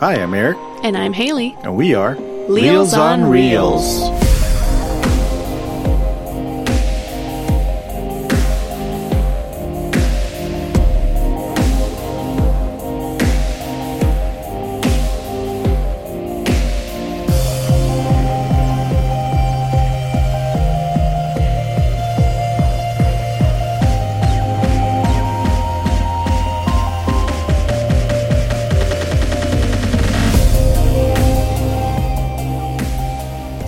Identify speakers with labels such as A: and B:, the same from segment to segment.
A: Hi, I'm Eric,
B: And I'm Haley.
A: and we are
B: Reels on Reels.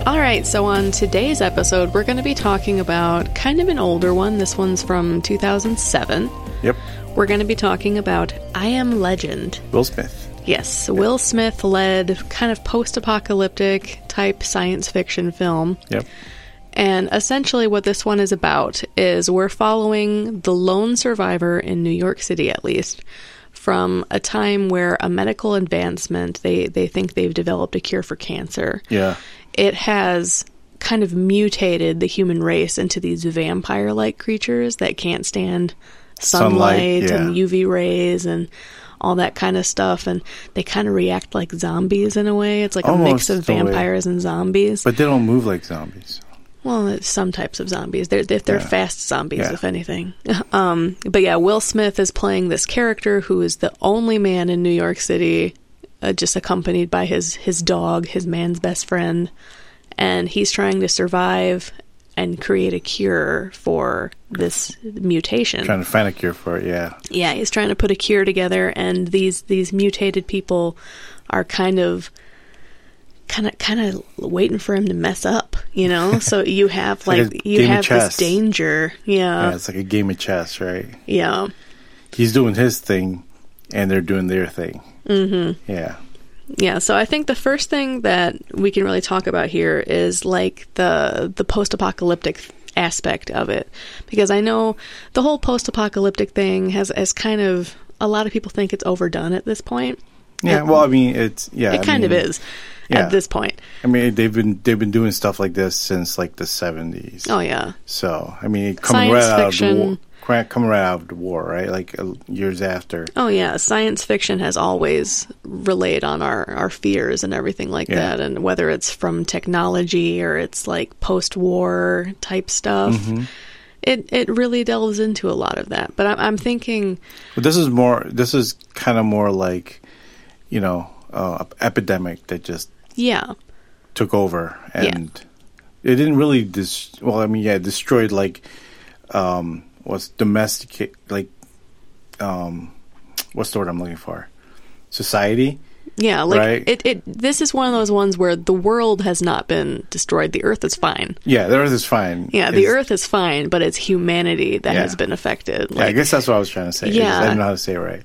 B: All right, so on today's episode, we're going to be talking about kind of an older one. This one's from 2007.
A: Yep,
B: We're going to be talking about I Am Legend.
A: Will Smith.
B: Yes, Will Smith led kind of post apocalyptic type science fiction film.
A: Yep.
B: And essentially, what this one is about is we're following the lone survivor in New York City, at least, from a time where a medical advancement, they, they think they've developed a cure for cancer.
A: Yeah.
B: It has kind of mutated the human race into these vampire like creatures that can't stand
A: Sunlight,
B: sunlight,
A: yeah.
B: and UV rays and all that kind of stuff. And they kind of react like zombies in a way. It's like a
A: Almost
B: mix of
A: the way.
B: vampires and zombies.
A: But they don't move like zombies.
B: Well, it's some types of zombies. They're they're, they're
A: Yeah.
B: fast zombies,
A: Yeah.
B: if anything. Um, but yeah, Will Smith is playing this character who is the only man in New York City, uh, just accompanied by his his dog, his man's best friend, and he's trying to survive and create a cure for this mutation.
A: Trying to find a cure for it, yeah.
B: Yeah, he's trying to put a cure together, and these these mutated people are kind of, kind of, kind of waiting for him to mess up. You know, so you have
A: like
B: like,
A: a
B: you
A: game of
B: have this
A: chess.
B: danger.
A: yeah.
B: Yeah,
A: It's like a game of chess, right?
B: yeah,
A: He's doing his thing, and they're doing their thing. Mm-hmm. Yeah.
B: yeah. So I think the first thing that we can really talk about here is like the the post apocalyptic aspect of it, because I know the whole post apocalyptic thing has has kind of a lot of people think it's overdone at this point.
A: Yeah, well, I mean, it's, yeah.
B: It
A: I
B: kind
A: mean-
B: of is
A: yeah.
B: at this point.
A: I mean, they've been they've been doing stuff like this since like the 70s.
B: Oh yeah.
A: So, I mean, coming
B: Science
A: right out of the war.
B: fiction.
A: cra- Coming right out of the war, right? Like uh, years after.
B: Oh yeah, science fiction has always relayed on our, our fears and everything like
A: Yeah.
B: that, and whether it's from technology or it's like post war type stuff,
A: Mm-hmm.
B: it it really delves into a lot of that. But I'm, I'm thinking,
A: But this is more. This is kind of more like, you know, uh, a epidemic that just
B: yeah,
A: took over, and it didn't really. Dis- well, I mean, yeah, it destroyed like, um, what's domesticate like, um, what's the word I'm looking for? Society.
B: yeah, like
A: Right.
B: it, it. This is one of those ones where the world has not been destroyed. The Earth is fine.
A: Yeah, the Earth is fine.
B: Yeah, the
A: It's-
B: Earth is fine, but it's humanity that
A: Yeah.
B: has been affected.
A: Yeah, I guess that's what I was trying to say. Yeah, I, just,
B: Yeah.
A: I don't know how to say it right.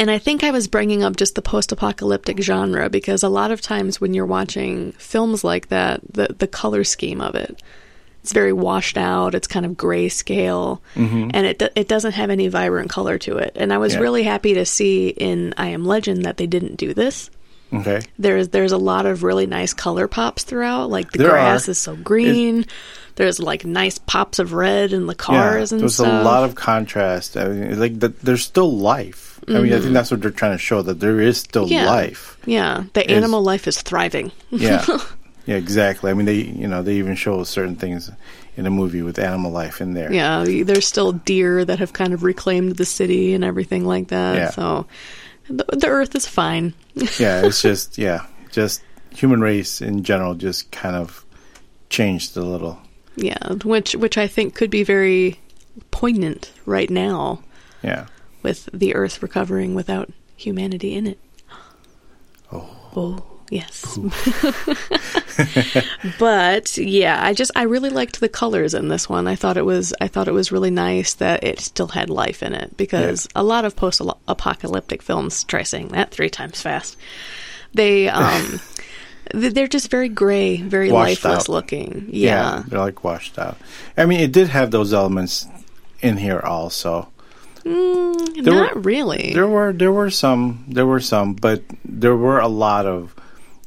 B: And I think I was bringing up just the post apocalyptic genre because a lot of times when you're watching films like that, the, the color scheme of it. It's very washed out. It's kind of grayscale, and it do- it doesn't have any vibrant color to it. And I was
A: Mm-hmm. Yeah.
B: really happy to see in I Am Legend that they didn't do this.
A: Okay.
B: There's there's a lot of really nice color pops throughout. Like the
A: There
B: grass
A: are.
B: is so green. there's like nice pops of red in the cars and
A: there's
B: stuff.
A: a lot of contrast. I mean, like that, there's still life. I mean, I think that's what they're trying to show that there is still
B: Mm-hmm. Yeah.
A: life.
B: yeah. The animal life is thriving.
A: Yeah, yeah, exactly. I mean, they you know they even show certain things in a movie with animal life in there.
B: Yeah, there's still deer that have kind of reclaimed the city and everything like that.
A: Yeah.
B: So the, the earth is fine.
A: Yeah, it's just yeah, just human race in general just kind of changed a little.
B: Yeah, which which I think could be very poignant right now
A: Yeah,
B: with the earth recovering without humanity in it. Oh. yes. but yeah, I just I really liked the colors in this one. I thought it was I thought it was really nice that it still had life in it because a lot of post apocalyptic films try saying that 3 times fast. They um th- they're just very gray, very
A: Washed
B: lifeless
A: out.
B: looking. Yeah.
A: they're like washed out. I mean, it did have those elements in here also.
B: Mm,
A: There were-
B: not really.
A: There were there were some there were some, but there were a lot of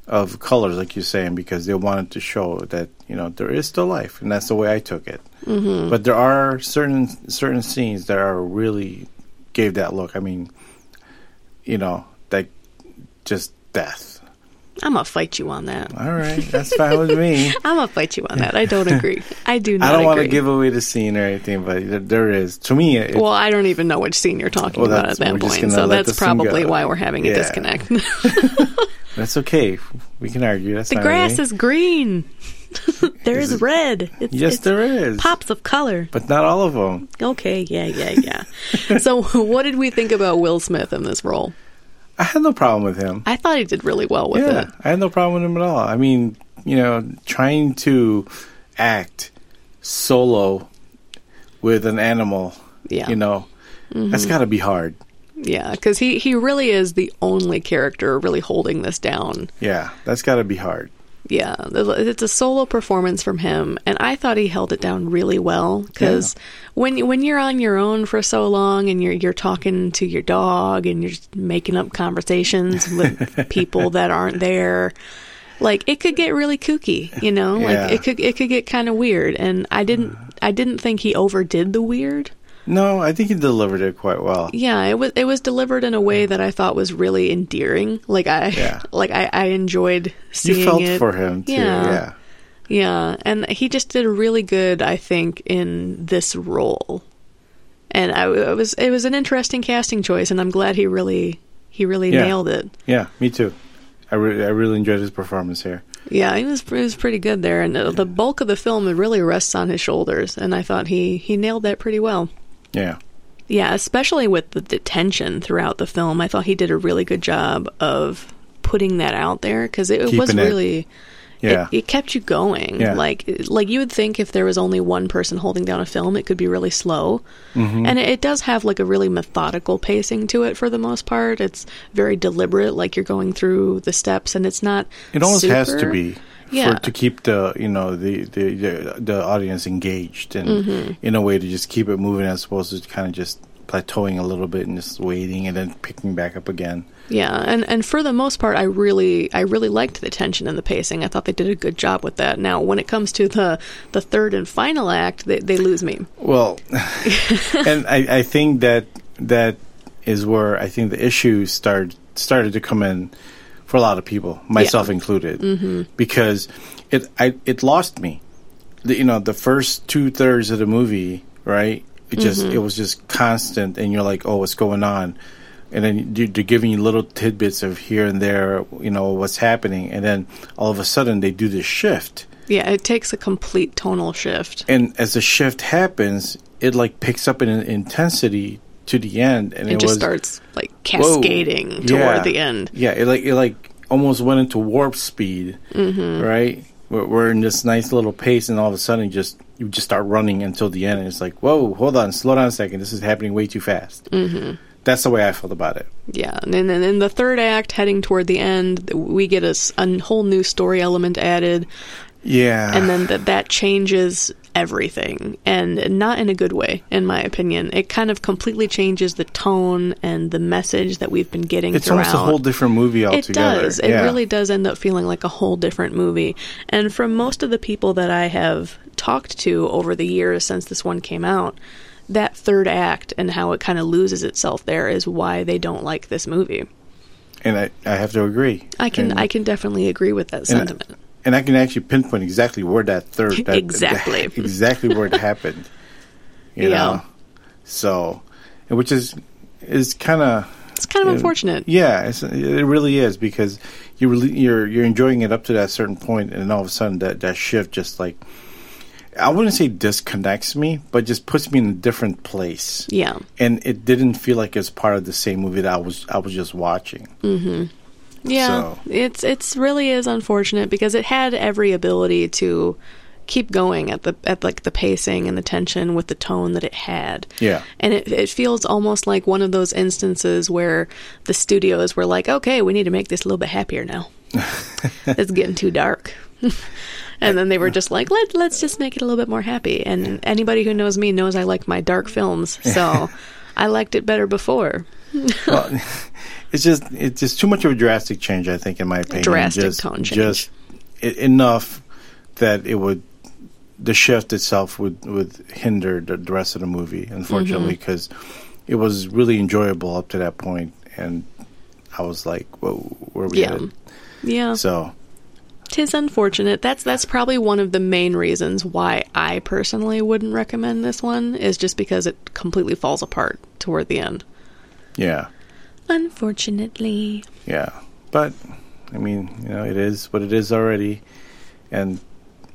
A: of colors, like you're saying, because they wanted to show that you know there is still life, and that's the way I took it. Mm-hmm. But there are certain certain scenes that are really gave that look. I mean, you know, that just death.
B: I'm gonna fight you on that.
A: All right, that's fine with me.
B: I'm gonna fight you on that. I don't agree. I do not.
A: I don't want to
B: agree.
A: give away the scene or anything, but there, there is to me. It,
B: Well, I don't even know which scene you're talking
A: Well,
B: about
A: that's-
B: at that
A: we're just
B: point,
A: gonna
B: so
A: let this
B: that's
A: one
B: probably
A: go.
B: why we're having a
A: Yeah.
B: disconnect.
A: that's okay. We can argue. That's
B: the
A: fine
B: grass
A: with me.
B: is green. there is, red. It's,
A: yes,
B: it's
A: there is,
B: pops of color.
A: but not all of them.
B: Okay, yeah, yeah, yeah. so, what did we think about Will Smith in this role?
A: I had no problem with him.
B: I thought he did really well with
A: yeah,
B: it.
A: I had no problem with him at all. I mean, you know, trying to act solo with an animal,
B: Yeah. Mm-hmm.
A: you know, that's got to be hard.
B: Yeah, because he, he really is the only character really holding this down.
A: Yeah, that's got to be hard.
B: Yeah, it's a solo performance from him, and I thought he held it down really well. Because when when you're on your own for so long, and you're you're talking to your dog, and you're just making up conversations with people that aren't there, like it could get really kooky, you know.
A: Yeah. Mm-hmm.
B: Like it could it could get kind of weird, and I didn't I didn't think he overdid the weird.
A: No, I think he delivered it quite well.
B: Yeah, it was it was delivered in a way that I thought was really endearing. Like I
A: Yeah.
B: like I, I enjoyed seeing
A: you felt
B: it.
A: for him too.
B: Yeah.
A: yeah.
B: Yeah, and he just did really good, I think, in this role. And I it was it was an interesting casting choice, and I'm glad he really he really
A: Yeah.
B: nailed it.
A: Yeah, me too. I, re- I really enjoyed his performance here.
B: Yeah, he was he was pretty good there, and the bulk of the film it really rests on his shoulders, and I thought he he nailed that pretty well.
A: Yeah.
B: Yeah, especially with the detention throughout the film, I thought he did a really good job of putting that out there because it, it was
A: Keeping it-
B: really.
A: Yeah.
B: it, it kept you going.
A: Yeah.
B: Like like you would think if there was only one person holding down a film, it could be really slow.
A: Mm-hmm.
B: And it, it does have like a really methodical pacing to it for the most part. It's very deliberate, like you're going through the steps, and it's not.
A: it almost has to
B: super-
A: be
B: Yeah.
A: for to keep the you know the the the, the audience engaged and
B: Mm-hmm.
A: in a way to just keep it moving as opposed to kind of just plateauing a little bit and just waiting and then picking back up again.
B: Yeah, and and for the most part, I really I really liked the tension and the pacing. I thought they did a good job with that. Now, when it comes to the the third and final act, they, they lose me.
A: Well, and I, I think that that is where I think the issues start started to come in for a lot of people, myself included, mm-hmm. because it I, it lost me. The, you know, the first two thirds of the movie, right? It just it was just constant, and you're like, oh, what's going on? And then you- they're giving you little tidbits of here and there, you know, what's happening, and then all of a sudden they do this shift
B: Yeah, it takes a complete tonal shift.
A: and as the shift happens, it like picks up in an intensity to the end, and it,
B: It, just
A: was,
B: starts like
A: whoa,
B: cascading toward
A: yeah.
B: the end.
A: Yeah, it like it like almost went into warp speed,
B: Mm-hmm.
A: right? We're, we're in this nice little pace, and all of a sudden, you just you just start running until the end, and it's like, whoa, hold on, slow down a second, this is happening way too fast. Mm-hmm. That's the way I felt about it.
B: Yeah, and then and in the third act, heading toward the end, we get a, s- a whole new story element added,
A: Yeah,
B: and then that that changes everything, and not in a good way, in my opinion. It kind of completely changes the tone and the message that we've been getting
A: it's
B: throughout.
A: almost a whole different movie
B: it
A: altogether.
B: does. It
A: Yeah.
B: really does end up feeling like a whole different movie. And from most of the people that I have talked to over the years since this one came out, that third act and how it kind of loses itself there is why they don't like this movie.
A: and I, I have to agree.
B: I can
A: And-
B: I can definitely agree with that sentiment.
A: And I can actually pinpoint exactly where that third that,
B: Exactly.
A: exactly where it happened. You
B: Yeah.
A: know, so and which is is kind of
B: it's kind of unfortunate.
A: yeah, it's, it really is because you really, you're you're enjoying it up to that certain point, and then all of a sudden that that shift just like I wouldn't say disconnects me, but just puts me in a different place.
B: Yeah.
A: And it didn't feel like it's part of the same movie that I was I was just watching.
B: Yeah.
A: So-
B: It's it's really is unfortunate because it had every ability to keep going at the at like the pacing and the tension with the tone that it had.
A: Yeah.
B: And it it feels almost like one of those instances where the studios were like, "Okay, we need to make this a little bit happier now. it's getting too dark." and then they were just like, "Let let's just make it a little bit more happy." And anybody who knows me knows I like my dark films, so I liked it better before.
A: well, it's just it's just too much of a drastic change. I think, in my opinion,
B: drastic
A: just,
B: tone change.
A: just e- enough that it would the shift itself would would hinder the, the rest of the
B: Mm-hmm.
A: movie. Unfortunately, because it was really enjoyable up to that point, and I was like, whoa, where are we
B: Yeah.
A: headed?
B: Yeah.
A: So
B: Tis unfortunate. That's that's probably one of the main reasons why I personally wouldn't recommend this one is just because it completely falls apart toward the end.
A: yeah,
B: Unfortunately.
A: yeah. But I mean, you know, it is what it is already, and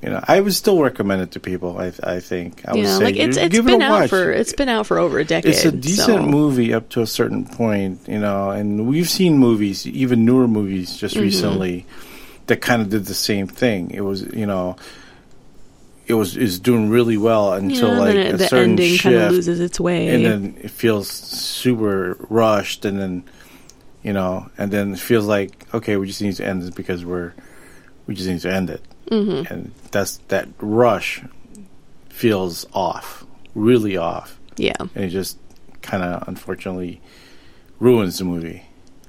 A: you know, I would still recommend it to people. I I think I would
B: yeah,
A: say
B: like it's
A: you-
B: it's
A: give
B: been
A: it a
B: out
A: watch.
B: for it's been out for over a decade.
A: it's a decent
B: so-
A: movie up to a certain point, you know, and we've seen movies, even newer movies
B: Mm-hmm.
A: just recently that kind of did the same thing. It was, you know, it was is doing really well
B: Yeah,
A: until
B: and
A: like
B: then it-
A: a
B: the
A: certain
B: ending kind of
A: shift
B: loses its way.
A: and then it feels super rushed and then you know, and then it feels like okay, we just need to end this because we're we just need to end it. Mm-hmm. And that's that rush feels off, really off
B: yeah.
A: and it just kind of unfortunately ruins the movie.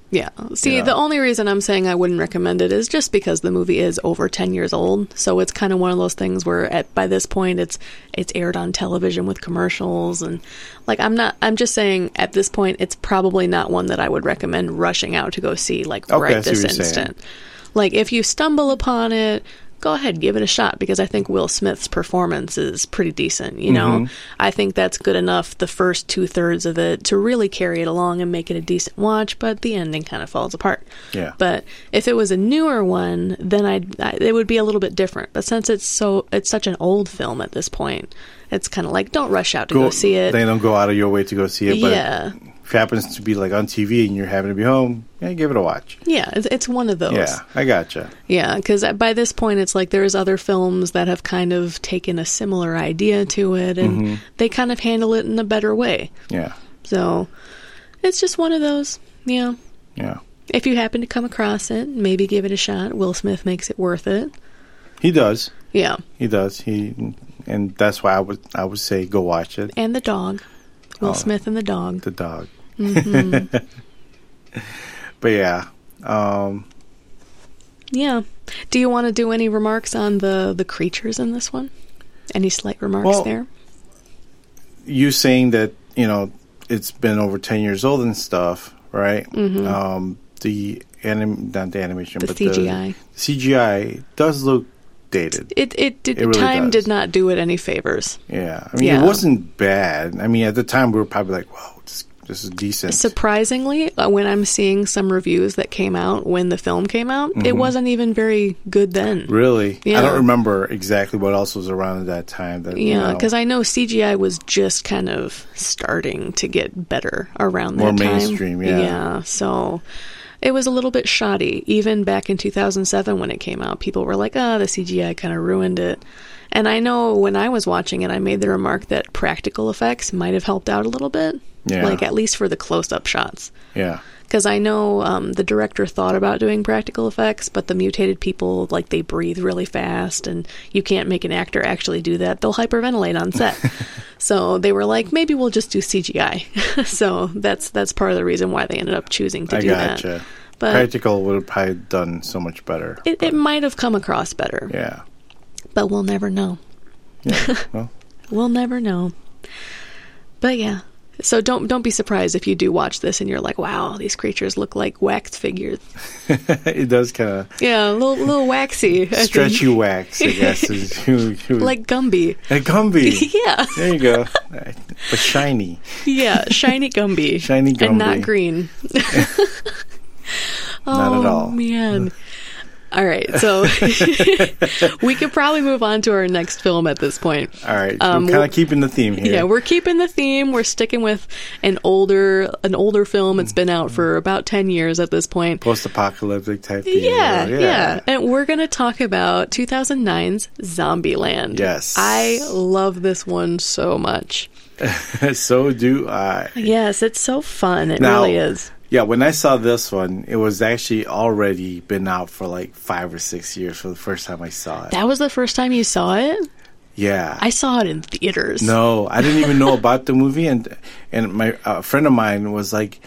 B: Yeah. See,
A: Yeah.
B: the only reason I'm saying I wouldn't recommend it is just because the movie is over 10 years old. So it's kind of one of those things where at by this point it's it's aired on television with commercials and like I'm not I'm just saying at this point it's probably not one that I would recommend rushing out to go see like
A: Okay, I
B: right
A: see
B: this
A: what you're saying.
B: instant. Like if you stumble upon it, go ahead, give it a shot because I think Will Smith's performance is pretty decent. You know,
A: Mm-hmm.
B: I think that's good enough the first two thirds of it to really carry it along and make it a decent watch, but the ending kind of falls apart.
A: Yeah.
B: But if it was a newer one, then I'd, I it would be a little bit different. But since it's so it's such an old film at this point, it's kind of like don't rush out to go, see it.
A: They don't go out of your way to go see it. But
B: Yeah.
A: if it happens to be like on TV and you're having to be home, yeah, give it a watch.
B: yeah, it's, it's one of those.
A: Yeah, I gotcha.
B: Yeah, because by this point, it's like there's other films that have kind of taken a similar idea to it, and
A: Mm-hmm.
B: they kind of handle it in a better way.
A: Yeah,
B: So it's just one of those. Yeah,
A: yeah.
B: if you happen to come across it, maybe give it a shot. Will Smith makes it worth it.
A: He does.
B: Yeah,
A: He does. He, and that's why I would I would say go watch it.
B: and the dog, Will
A: Oh.
B: Smith and the dog.
A: The dog.
B: Mm-hmm.
A: but yeah, um,
B: Yeah. Do you want to do any remarks on the the creatures in this one? Any slight remarks
A: Well,
B: there?
A: you saying that you know it's been over ten years old and stuff, right? Um, the anim not the animation,
B: Mm-hmm. The
A: but
B: CGI.
A: the CGI does look dated.
B: It it did
A: it really
B: time
A: does.
B: did not do it any favors.
A: Yeah, I mean
B: Yeah.
A: it wasn't bad. I mean at the time we were probably like, wow, this, this is decent.
B: Surprisingly, uh, when I'm seeing some reviews that came out when the film came out, it
A: Mm-hmm.
B: wasn't even very good then.
A: really, I
B: Yeah.
A: don't remember exactly what else was around at that time. That you
B: Yeah,
A: know,
B: because I know CGI was just kind of starting to get better around
A: More
B: that time.
A: mainstream, yeah.
B: Yeah, so it was a little bit shoddy. Even back in 2007 when it came out, people were like, "Ah, the CGI kind of ruined it." And I know when I was watching it, I made the remark that practical effects might have helped out a little bit.
A: Yeah.
B: Like at least for the close-up shots.
A: yeah,
B: because I know um, the director thought about doing practical effects, but the mutated people like they breathe really fast, and you can't make an actor actually do that. They'll hyperventilate on set, so they were like, maybe we'll just do CGI. so that's that's part of the reason why they ended up choosing to
A: I
B: do
A: gotcha.
B: that. But
A: Practical would have probably done so much better.
B: it, it might have come across better,
A: yeah,
B: but we'll never know.
A: yeah. well,
B: We'll never know. But yeah. So don't don't be surprised if you do watch this and you're like, wow, these creatures look like wax figures.
A: it does kind of
B: Yeah, a little little waxy. I think.
A: stretchy wax, I guess. Is you, you
B: like Gumby.
A: a Gumby.
B: Yeah,
A: There you go. But shiny.
B: yeah, shiny Gumby.
A: Shiny
B: and not
A: Gumby.
B: green.
A: Not at all.
B: Oh man. All right, so we could probably move on to our next film at this point.
A: All right.
B: Um,
A: we're kind
B: we'll-
A: of keeping the theme here.
B: Yeah, we're keeping the theme. We're sticking with an older an older film. It's been out for about 10 years at this point.
A: Post-apocalyptic type. thing.
B: Yeah, yeah, And we're going to talk about 2009's Zombieland.
A: Yes.
B: I love this one so much.
A: so do I.
B: Yes, it's so fun. It
A: Now-
B: really is.
A: Yeah, when I saw this one, it was actually already been out for like five or six years for the first time I saw it.
B: That was the first time you saw it?
A: yeah.
B: I saw it in theaters.
A: No, I didn't even know about the movie, and and my uh, friend of mine was like,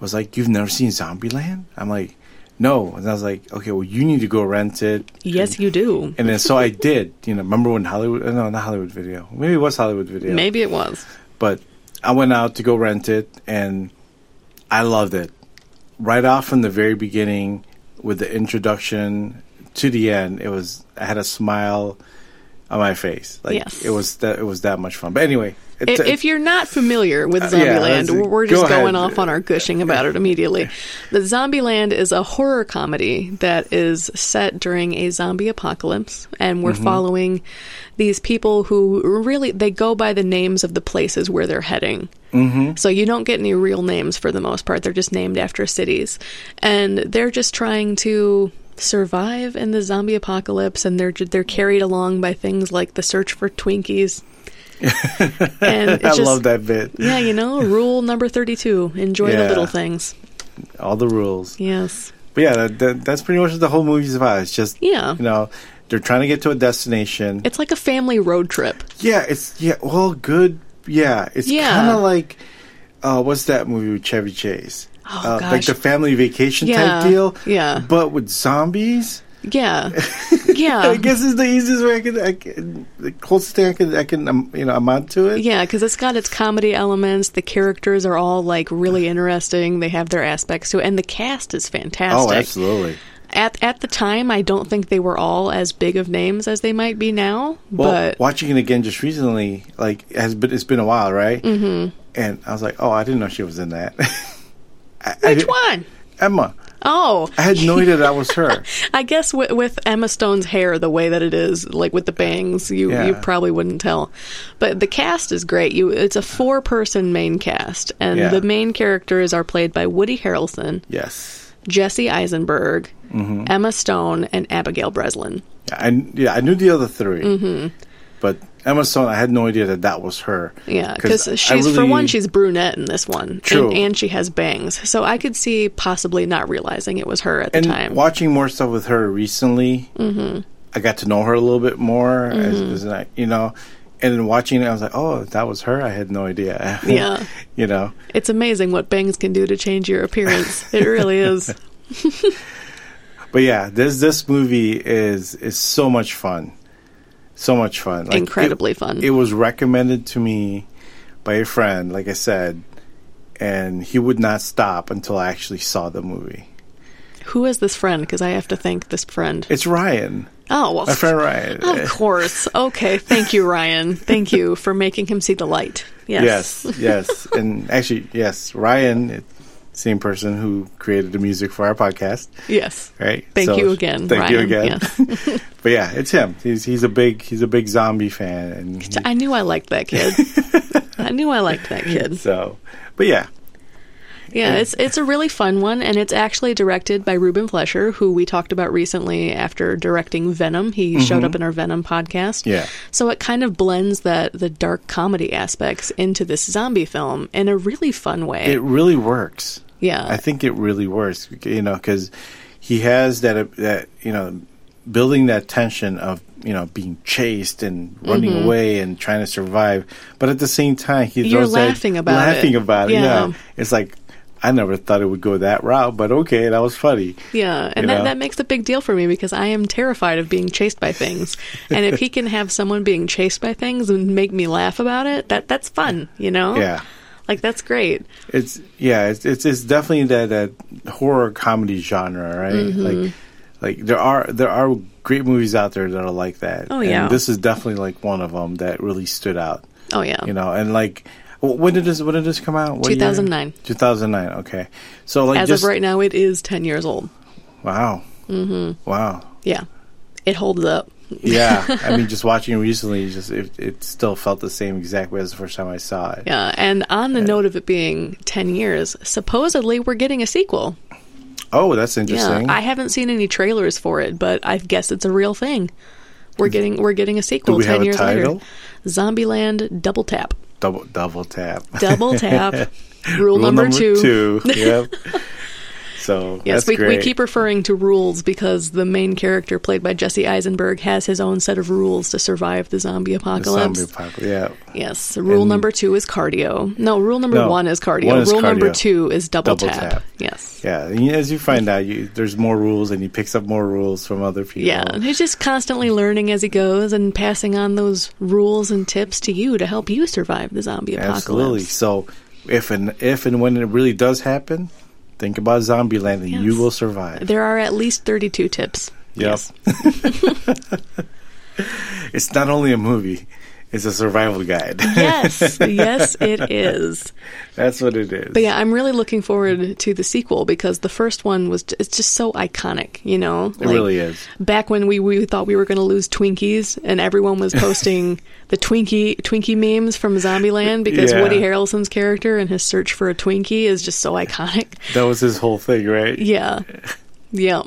A: was like, you've never seen Zombieland? I'm like, no, and I was like, okay, well, you need to go rent it.
B: Yes, you do.
A: And then so I did. You know, remember when Hollywood? uh, No, not Hollywood Video. Maybe it was Hollywood Video.
B: Maybe it was.
A: But I went out to go rent it, and I loved it. right off from the very beginning with the introduction to the end, it was I had a smile on my face. Like
B: Yes.
A: it was that it was that much fun. But anyway,
B: I-
A: it's-
B: if you're not familiar with
A: Uh,
B: Zombieland,
A: that's-
B: we're
A: go
B: just
A: ahead.
B: going off on our gushing about it immediately. The Zombieland is a horror comedy that is set during a zombie apocalypse, and
A: Mm-hmm.
B: we're following these people who really they go by the names of the places where they're heading. Mm-hmm. So you don't get any real names for the most part; they're just named after cities, and they're just trying to survive in the zombie apocalypse, and they're they're carried along by things like the search for Twinkies. and it's
A: I
B: just,
A: love that bit.
B: yeah, you know, rule number 32 enjoy the
A: Yeah.
B: little things.
A: All the rules.
B: Yes.
A: But yeah, that, that, that's pretty much what the whole movie's about. It's just
B: Yeah.
A: you know, they're trying to get to a destination.
B: It's like a family road trip.
A: yeah, it's yeah, well, good. Yeah, it's
B: Yeah.
A: kind of like uh, what's that movie with Chevy Chase?
B: Oh,
A: uh, Like
B: gosh.
A: the family vacation
B: Yeah,
A: type deal.
B: yeah.
A: but with zombies.
B: Yeah. Yeah.
A: I guess it's the easiest way I can, I can the closest thing I can, I can um, you know, amount to it.
B: Yeah, because it's got its comedy elements. The characters are all like really interesting. They have their aspects to it, and the cast is fantastic.
A: Oh, absolutely.
B: At at the time, I don't think they were all as big of names as they might be now.
A: Well,
B: but
A: watching it again just recently, like it has been, it's been a while, right? Mm-hmm. And I was like, oh, I didn't know she was in that. I- I
B: which
A: didn't-
B: one?
A: Emma.
B: Oh,
A: I had no idea that was her.
B: I guess with, with Emma Stone's hair the way that it is, like with the bangs, you
A: Yeah.
B: you probably wouldn't tell. But the cast is great. You it's a four person main cast, and
A: Yeah.
B: the main characters are played by Woody Harrelson,
A: Yes.
B: Jesse Eisenberg,
A: Mm-hmm.
B: Emma Stone, and Abigail Breslin.
A: Yeah, I kn- yeah, I knew the other 3 mm-hmm. but Emma Stone. I had no idea that that was her.
B: Yeah,
A: 'Cause
B: because
A: I
B: she's for
A: really-
B: one, she's brunette in this one,
A: True.
B: And, and she has bangs. So I could see possibly not realizing it was her at the
A: and
B: time. Mm-hmm.
A: watching more stuff with her recently, I got to know her a little bit more. As, as I, you know, and then watching it, I was like, oh, that was her. I had no idea.
B: Yeah.
A: you know.
B: it's amazing what bangs can do to change your appearance. It really is.
A: But yeah, this this movie is is so much fun, so much fun, Like, it-
B: Incredibly fun.
A: It was recommended to me by a friend, like I said, and he would not stop until I actually saw the movie.
B: Who is this friend? Because I have to thank this friend.
A: It's Ryan,
B: Oh, well,
A: my friend Ryan.
B: of course. Okay, thank you, Ryan. Thank you for making him see the light. Yes.
A: yes, yes, and actually, yes, Ryan, it- same person who created the music for our podcast,
B: Yes.
A: right?
B: Thank you again,
A: Thank you
B: Ryan.
A: again. but yeah, it's him. He's he's a big he's a big zombie fan, and he-
B: I knew I liked that kid. I knew I liked that kid.
A: so, but yeah,
B: Yeah, it's it's a really fun one, and it's actually directed by Ruben Flesher, who we talked about recently after directing Venom. He showed up in our Venom podcast.
A: Mm-hmm. Yeah.
B: So it kind of blends that the dark comedy aspects into this zombie film in a really fun way.
A: it really works.
B: Yeah.
A: I think it really works. You know, because he has that uh, that you know building that tension of you know being chased and running away and trying to survive, but at the same time he
B: Mm-hmm. You're
A: throws that-
B: laughing about it.
A: laughing about it. Yeah.
B: Yeah.
A: it's like I never thought it would go that route, but okay, that was funny.
B: Yeah,
A: You
B: and that,
A: know?
B: that makes a big deal for me because I am terrified of being chased by things. and if he can have someone being chased by things and make me laugh about it, that that's fun, you know?
A: Yeah.
B: Like that's great.
A: It's yeah, it's it's, it's definitely that, that horror comedy genre, right? Like
B: Mm-hmm.
A: like there are there are great movies out there that are like that.
B: Oh, yeah.
A: and this is definitely like one of them that really stood out.
B: Oh yeah.
A: You know, and like wh- when did this when did this come out? What year?
B: 2009.
A: 2009. Okay, so like
B: As
A: just
B: of right now it is 10 years old.
A: wow, mm-hmm. wow,
B: Yeah. It holds up.
A: yeah. I mean, just watching it recently, just it, it still felt the same exact way as the first time I saw it.
B: Yeah, and on the note of it being 10 years, supposedly we're getting a sequel.
A: Oh, that's
B: Yeah.
A: interesting.
B: I haven't seen any trailers for it, but I guess it's a real thing. We're getting we're getting a sequel
A: we
B: 10
A: have a
B: years
A: title?
B: later. Zombieland Double Tap.
A: double double tap.
B: double tap rule,
A: Rule
B: number, two.
A: yep. So
B: Yes,
A: that's
B: we, we
A: great.
B: keep referring to rules because the main character played by Jesse Eisenberg has his own set of rules to survive the zombie
A: The
B: apocalypse.
A: zombie apocalypse. Yeah.
B: Yes, rule number two is cardio. No, rule number
A: No,
B: one is cardio.
A: one is
B: rule number
A: cardio.
B: two is double,
A: Double
B: tap.
A: tap.
B: Yes.
A: Yeah, and you- as you find out, you, there's more rules, and he picks up more rules from other people.
B: Yeah, and he's just constantly learning as he goes and passing on those rules and tips to you to help you survive the zombie apocalypse.
A: Absolutely. So if and if and when it really does happen, Think about Zombieland, and you
B: Yes.
A: will survive.
B: There are at least 32 tips.
A: Yep. It's not only a movie; it's a survival guide.
B: Yes. yes. Yes, it is.
A: That's what it is.
B: But yeah, I'm really looking forward to the sequel because the first one was j- it's just so iconic, you know.
A: It really is.
B: Back when we, we thought we were going to lose Twinkies and everyone was posting the Twinkie Twinkie memes from Zombieland because
A: Yeah.
B: Woody Harrelson's character and his search for a Twinkie is just so iconic.
A: That was his whole thing, right?
B: Yeah. Yeah.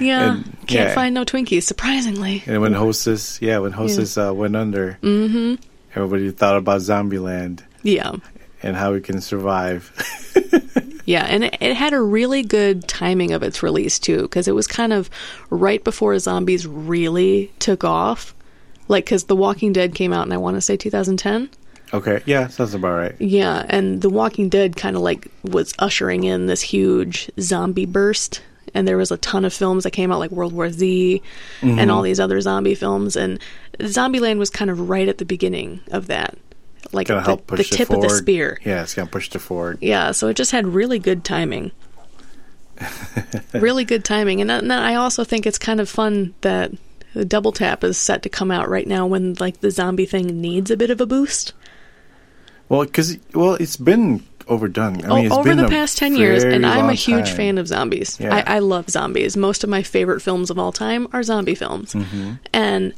B: Yeah.
A: And-
B: Can't
A: yeah.
B: find no Twinkies, surprisingly.
A: And when Hostess, yeah, when Hostess Uh, went under,
B: Mm-hmm.
A: everybody thought about Zombieland
B: Yeah.
A: and how we can survive.
B: Yeah, and it, it had a really good timing of its release too, because it was kind of right before zombies really took off. Like, because The Walking Dead came out, and I want to say 2010.
A: okay, yeah, sounds about right.
B: Yeah, and The Walking Dead kind of like was ushering in this huge zombie burst, and there was a ton of films that came out, like World War Z, and
A: Mm-hmm.
B: all these other zombie films, and Zombieland was kind of right at the beginning of that, like
A: Gonna
B: the,
A: help push
B: the
A: it
B: tip
A: forward.
B: of the spear.
A: Yeah, it's gonna push it forward.
B: Yeah, so it just had really good timing. really good timing. And, then I also think it's kind of fun that the Double Tap is set to come out right now when like the zombie thing needs a bit of a boost.
A: Well, because well, it's been overdone. I mean, it's
B: O- Oh, over
A: been
B: the
A: a
B: past 10 years,
A: very
B: and I'm a
A: long
B: huge
A: time.
B: fan of zombies.
A: Yeah.
B: I, I love zombies. Most of my favorite films of all time are zombie films.
A: Mm-hmm.
B: And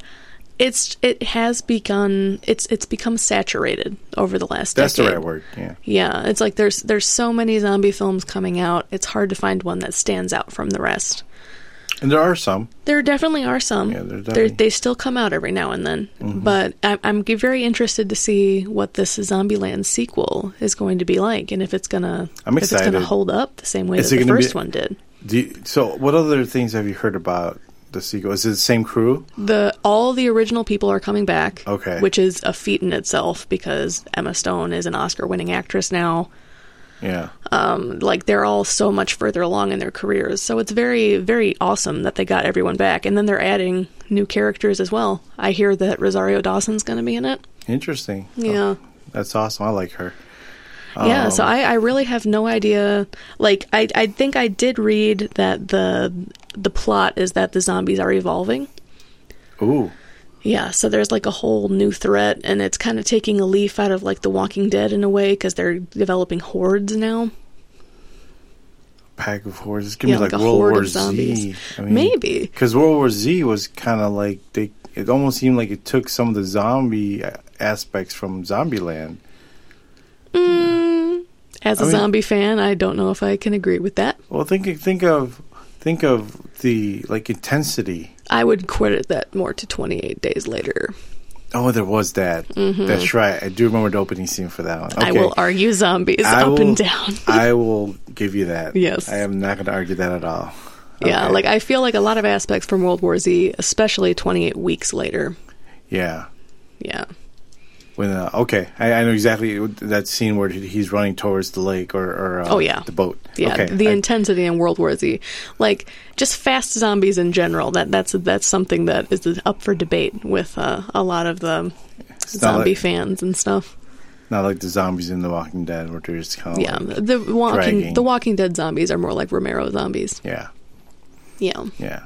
B: it's it has begun it's it's become saturated over the last
A: That's the
B: decade.
A: right word. Yeah.
B: Yeah, it's like there's there's so many zombie films coming out. It's hard to find one that stands out from the rest.
A: And there are some.
B: There definitely are some.
A: Yeah, there
B: They're-
A: definitely- Mm-hmm.
B: They still come out every now and then. But I, I'm g- very interested to see what this Zombieland sequel is going to be like, and if it's gonna
A: I'm
B: if it's gonna
A: excited.
B: hold up the same way
A: Is
B: that
A: it
B: the
A: gonna be-
B: first one did.
A: Do you, so, what other things have you heard about the sequel? Is it the same crew?
B: The all the original people are coming back.
A: Okay.
B: which is a feat in itself because Emma Stone is an Oscar-winning actress now.
A: Yeah.
B: like they're all so much further along in their careers. So it's very, very awesome that they got everyone back. And then they're adding new characters as well. I hear that Rosario Dawson's going to be in it.
A: Interesting.
B: Yeah.
A: That's awesome. I like her.
B: yeah. So I, I really have no idea. Like, I, I think I did read that the the plot is that the zombies are evolving.
A: Ooh.
B: Yeah, so there's like a whole new threat, and it's kind of taking a leaf out of like The Walking Dead in a way because they're developing hordes now.
A: Pack of hordes. It's gonna
B: Yeah,
A: be like,
B: like a
A: World
B: horde
A: War
B: of
A: Z.
B: zombies.
A: I mean,
B: Maybe.
A: because World War Z was kind of like they. It almost seemed like it took some of the zombie uh, aspects from Zombieland.
B: As a
A: I mean-
B: zombie fan, I don't know if I can agree with that.
A: Well, think think of think of the like intensity.
B: I would credit that more to 28 Days Later.
A: Oh, there was that. That's right. I do remember the opening scene for that one. Okay.
B: Mm-hmm. I will argue zombies
A: I
B: up
A: will-
B: and down.
A: I will give you that.
B: Yes.
A: I am not going to argue that at all.
B: Yeah,
A: Okay.
B: like I feel like a lot of aspects from World War Z, especially 28 weeks later.
A: yeah.
B: Yeah.
A: When uh, okay, I, I know exactly that scene where he- he's running towards the lake or, or uh,
B: Oh, yeah.
A: the boat.
B: Yeah,
A: okay.
B: the
A: I-
B: intensity in World War Z, like just fast zombies in general. That that's that's something that is up for debate with uh, a lot of the
A: not
B: zombie
A: like-
B: fans and stuff.
A: not like the zombies in The Walking Dead where they're just kind of
B: Yeah,
A: like,
B: the Walking
A: Oh dragging.
B: the Walking Dead zombies are more like Romero zombies.
A: yeah,
B: Yeah,
A: yeah.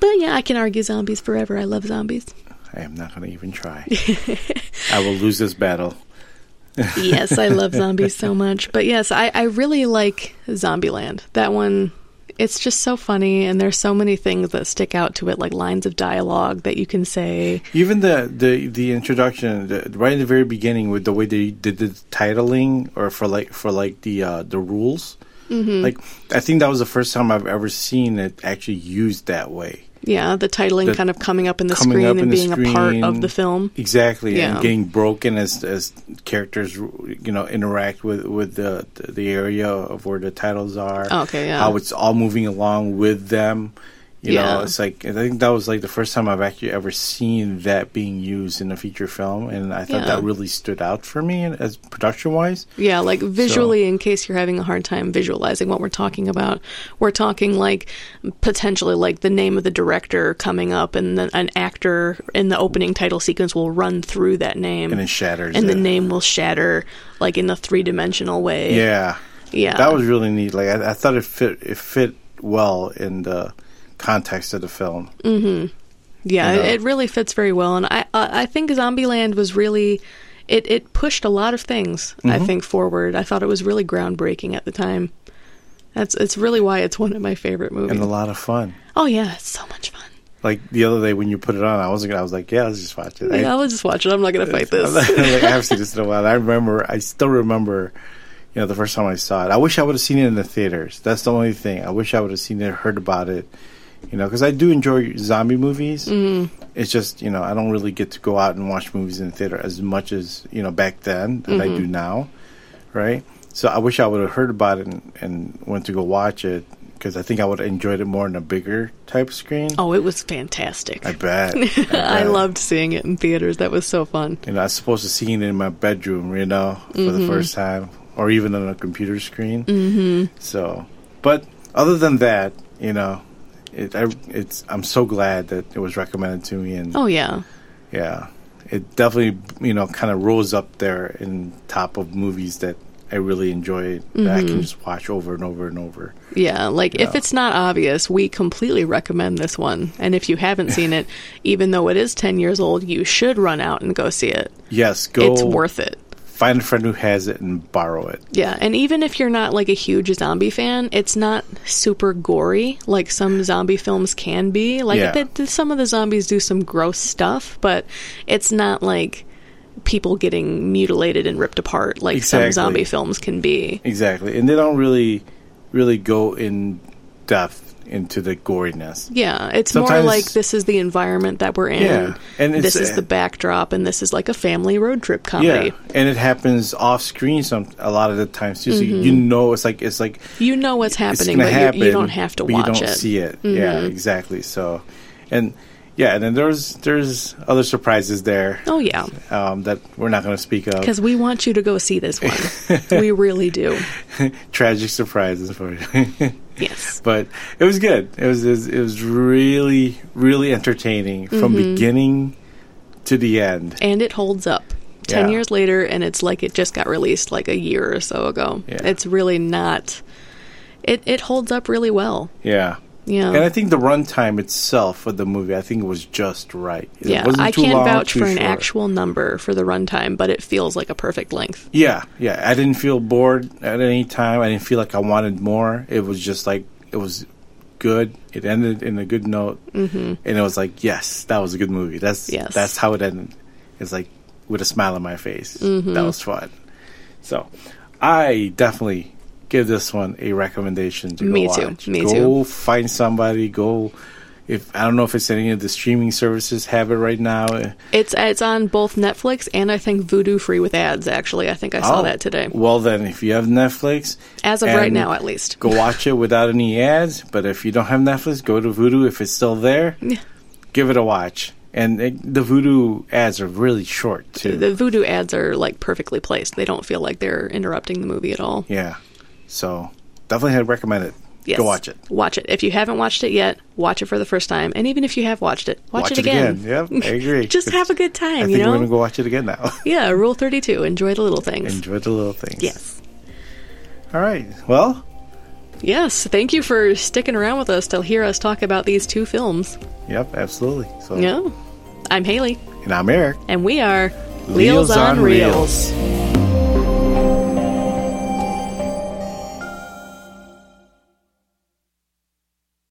B: but yeah, I can argue zombies forever. I love zombies.
A: I am not going to even try. I will lose this battle.
B: yes, I love zombies so much. But yes, I, I really like Zombieland. That one, it's just so funny, and there's so many things that stick out to it, like lines of dialogue that you can say.
A: Even the the the introduction, the, right in the very beginning, with the way they did the titling or for like for like the uh, the rules,
B: Mm-hmm.
A: like I think that was the first time I've ever seen it actually used that way.
B: Yeah, the titling
A: The-
B: kind of coming up in the
A: coming
B: screen
A: up in
B: and
A: the
B: being a part
A: screen.
B: of the film.
A: Exactly,
B: Yeah.
A: and getting broken as as characters, you know, interact with with the the area of where the titles are.
B: Okay, yeah.
A: How it's all moving along with them. You know,
B: Yeah.
A: it's like I think that was like the first time I've actually ever seen that being used in a feature film, and I thought
B: Yeah.
A: that really stood out for me as production wise.
B: Yeah, like visually, in case you're having a hard time visualizing what we're talking about, we're talking like potentially like the name of the director coming up, and then an actor in the opening title sequence will run through that name.
A: And it shatters.
B: and
A: it.
B: the name will shatter like in a three dimensional way.
A: Yeah.
B: Yeah.
A: That was really neat. Like I, I thought it fit it fit well in the context of the film.
B: Yeah,
A: you know?
B: it, it really fits very well, and I I I think Zombieland was really it it pushed a lot of things
A: Mm-hmm.
B: I think forward. I thought it was really groundbreaking at the time. That's it's really why it's one of my favorite movies.
A: and a lot of fun.
B: oh yeah, it's so much fun.
A: Like the other day when you put it on, I wasn't. gonna- I was like, yeah, let's just watch it. I-
B: yeah, let's just watch it. I'm not gonna fight
A: I'm like,
B: this.
A: I haven't seen this in a while. I remember. I still remember. You know, the first time I saw it, I wish I would have seen it in the theaters. That's the only thing. I wish I would have seen it, heard about it. You know, because I do enjoy zombie movies.
B: Mm-hmm.
A: Mm. It's just you know I don't really get to go out and watch movies in the theater as much as you know back then that I do
B: Mm-hmm.
A: now, right? So I wish I would have heard about it and, and went to go watch it because I think I would have enjoyed it more in a bigger type screen.
B: oh, it was fantastic.
A: I bet. I,
B: I
A: bet.
B: loved seeing it in theaters. That was so fun.
A: You know, I was supposed to see it in my bedroom, you know, for the first
B: Mm-hmm.
A: time, or even on a computer screen. Mm-hmm. So, but other than that, you know, it, I, it's I'm so glad that it was recommended to me, and
B: Oh yeah.
A: yeah, it definitely you know kind of rose up there in top of movies that I really enjoy that I
B: Mm-hmm.
A: can just watch over and over and over.
B: Yeah, like if it's not obvious, we completely recommend this one. And if you haven't seen it, even though it is 10 years old, you should run out and go see it.
A: Yes, go
B: It's worth it.
A: find a friend who has it and borrow it.
B: Yeah, and even if you're not like a huge zombie fan, it's not super gory like some zombie films can be. Like
A: Yeah.
B: they- they- some of the zombies do some gross stuff, but it's not like people getting mutilated and ripped apart like
A: Exactly.
B: some zombie films can be.
A: Exactly, and they don't really, really go in depth into the goriness.
B: Yeah, it's more
A: Sometimes-
B: like this is the environment that we're in.
A: Yeah, and it's-
B: this is the backdrop, and this is like a family road trip
A: Yeah,
B: comedy.
A: and it happens off screen some a lot of the times too. So you know, it's like it's like
B: You know what's
A: it's
B: Mm-hmm. happening,
A: gonna
B: but
A: happen.
B: you, you don't have to
A: but
B: watch
A: You don't
B: it. Mm-hmm.
A: see it. Yeah, exactly. So, and yeah, and then there's there's other surprises there
B: Oh yeah,
A: um, that we're not going to speak of.
B: because we want you to go see this one. we really do.
A: Tragic surprises for you.
B: Yes.
A: but it was good. It was it was, it was really really entertaining from
B: Mm-hmm.
A: beginning to the end.
B: And it holds up. 10
A: Yeah.
B: years later and it's like it just got released like a year or so ago.
A: Yeah.
B: It's really not it it holds up really well.
A: Yeah.
B: Yeah.
A: And I think the runtime itself of the movie, I think it was just right. It
B: yeah,
A: wasn't
B: I
A: too
B: can't
A: long,
B: vouch
A: too
B: for an
A: short.
B: actual number for the runtime, but it feels like a perfect length.
A: Yeah, yeah. I didn't feel bored at any time. I didn't feel like I wanted more. It was just like it was good. It ended in a good note, mm-hmm. and it was like, yes, that was a good movie. That's
B: Yes.
A: that's how it ended. It's like with a smile on my face.
B: Mm-hmm.
A: That was fun. So, I definitely give this one a recommendation to
B: Me
A: go
B: too.
A: watch.
B: Me
A: go
B: too.
A: find somebody. Go. If I don't know if it's any of the streaming services have it right now.
B: It's it's on both Netflix and I think Voodoo free with ads actually. I think I saw
A: Oh,
B: that today.
A: Well, then, if you have Netflix,
B: As of right
A: and
B: now at least.
A: go watch it without any ads. But if you don't have Netflix, go to Voodoo if it's still there. Give it a watch. And it, the Voodoo ads are really short too.
B: The Voodoo ads are like perfectly placed. They don't feel like they're interrupting the movie at all.
A: yeah, so definitely had recommend it.
B: Yes.
A: Go watch it.
B: Watch it. If you haven't watched it yet, watch it for the first time. And even if you have watched it, watch, it, again.
A: Yep, I agree.
B: Just have a good
A: I
B: time,
A: think
B: you
A: we're
B: know?
A: gonna go watch it again now.
B: yeah, Rule 32. Enjoy the little things.
A: Enjoy the little things.
B: Yes.
A: All right. Well,
B: Yes. Thank you for sticking around with us to hear us talk about these two films.
A: yep, absolutely. So,
B: Yeah. I'm Haley,
A: and I'm Eric.
B: and we are
A: Reels on Reels.
B: Reels.